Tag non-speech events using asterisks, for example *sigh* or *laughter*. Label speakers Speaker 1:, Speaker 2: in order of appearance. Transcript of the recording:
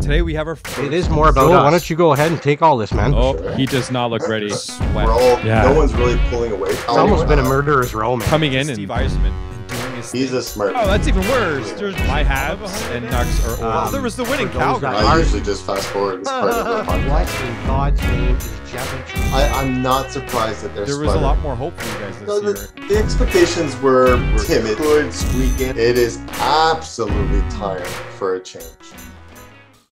Speaker 1: Today we have our.
Speaker 2: It is more about
Speaker 3: Joel,
Speaker 2: us.
Speaker 3: why don't you go ahead and take all this, man?
Speaker 1: Oh, he does not look ready.
Speaker 4: We're all,
Speaker 3: Yeah.
Speaker 4: no one's really pulling away.
Speaker 3: It's almost been a murderer's row, man. Coming
Speaker 1: Steve Eiserman and doing his
Speaker 4: He's
Speaker 1: thing.
Speaker 4: a smart.
Speaker 1: Oh, that's even worse. There's my Habs and Nux are all.
Speaker 3: Um,
Speaker 1: there was the winning
Speaker 3: for those
Speaker 1: Calgary.
Speaker 3: that-
Speaker 4: I usually just fast forward. It's part
Speaker 1: *laughs*
Speaker 4: of the podcast.
Speaker 2: What in God's name is Jeffrey?
Speaker 4: I, I'm not surprised that they're
Speaker 1: There was a
Speaker 4: sputtering.
Speaker 1: lot more hope for you guys
Speaker 4: No,
Speaker 1: this
Speaker 4: the,
Speaker 1: year.
Speaker 4: the expectations were
Speaker 1: Were
Speaker 4: timid, good, squeaking. It is absolutely time for a change.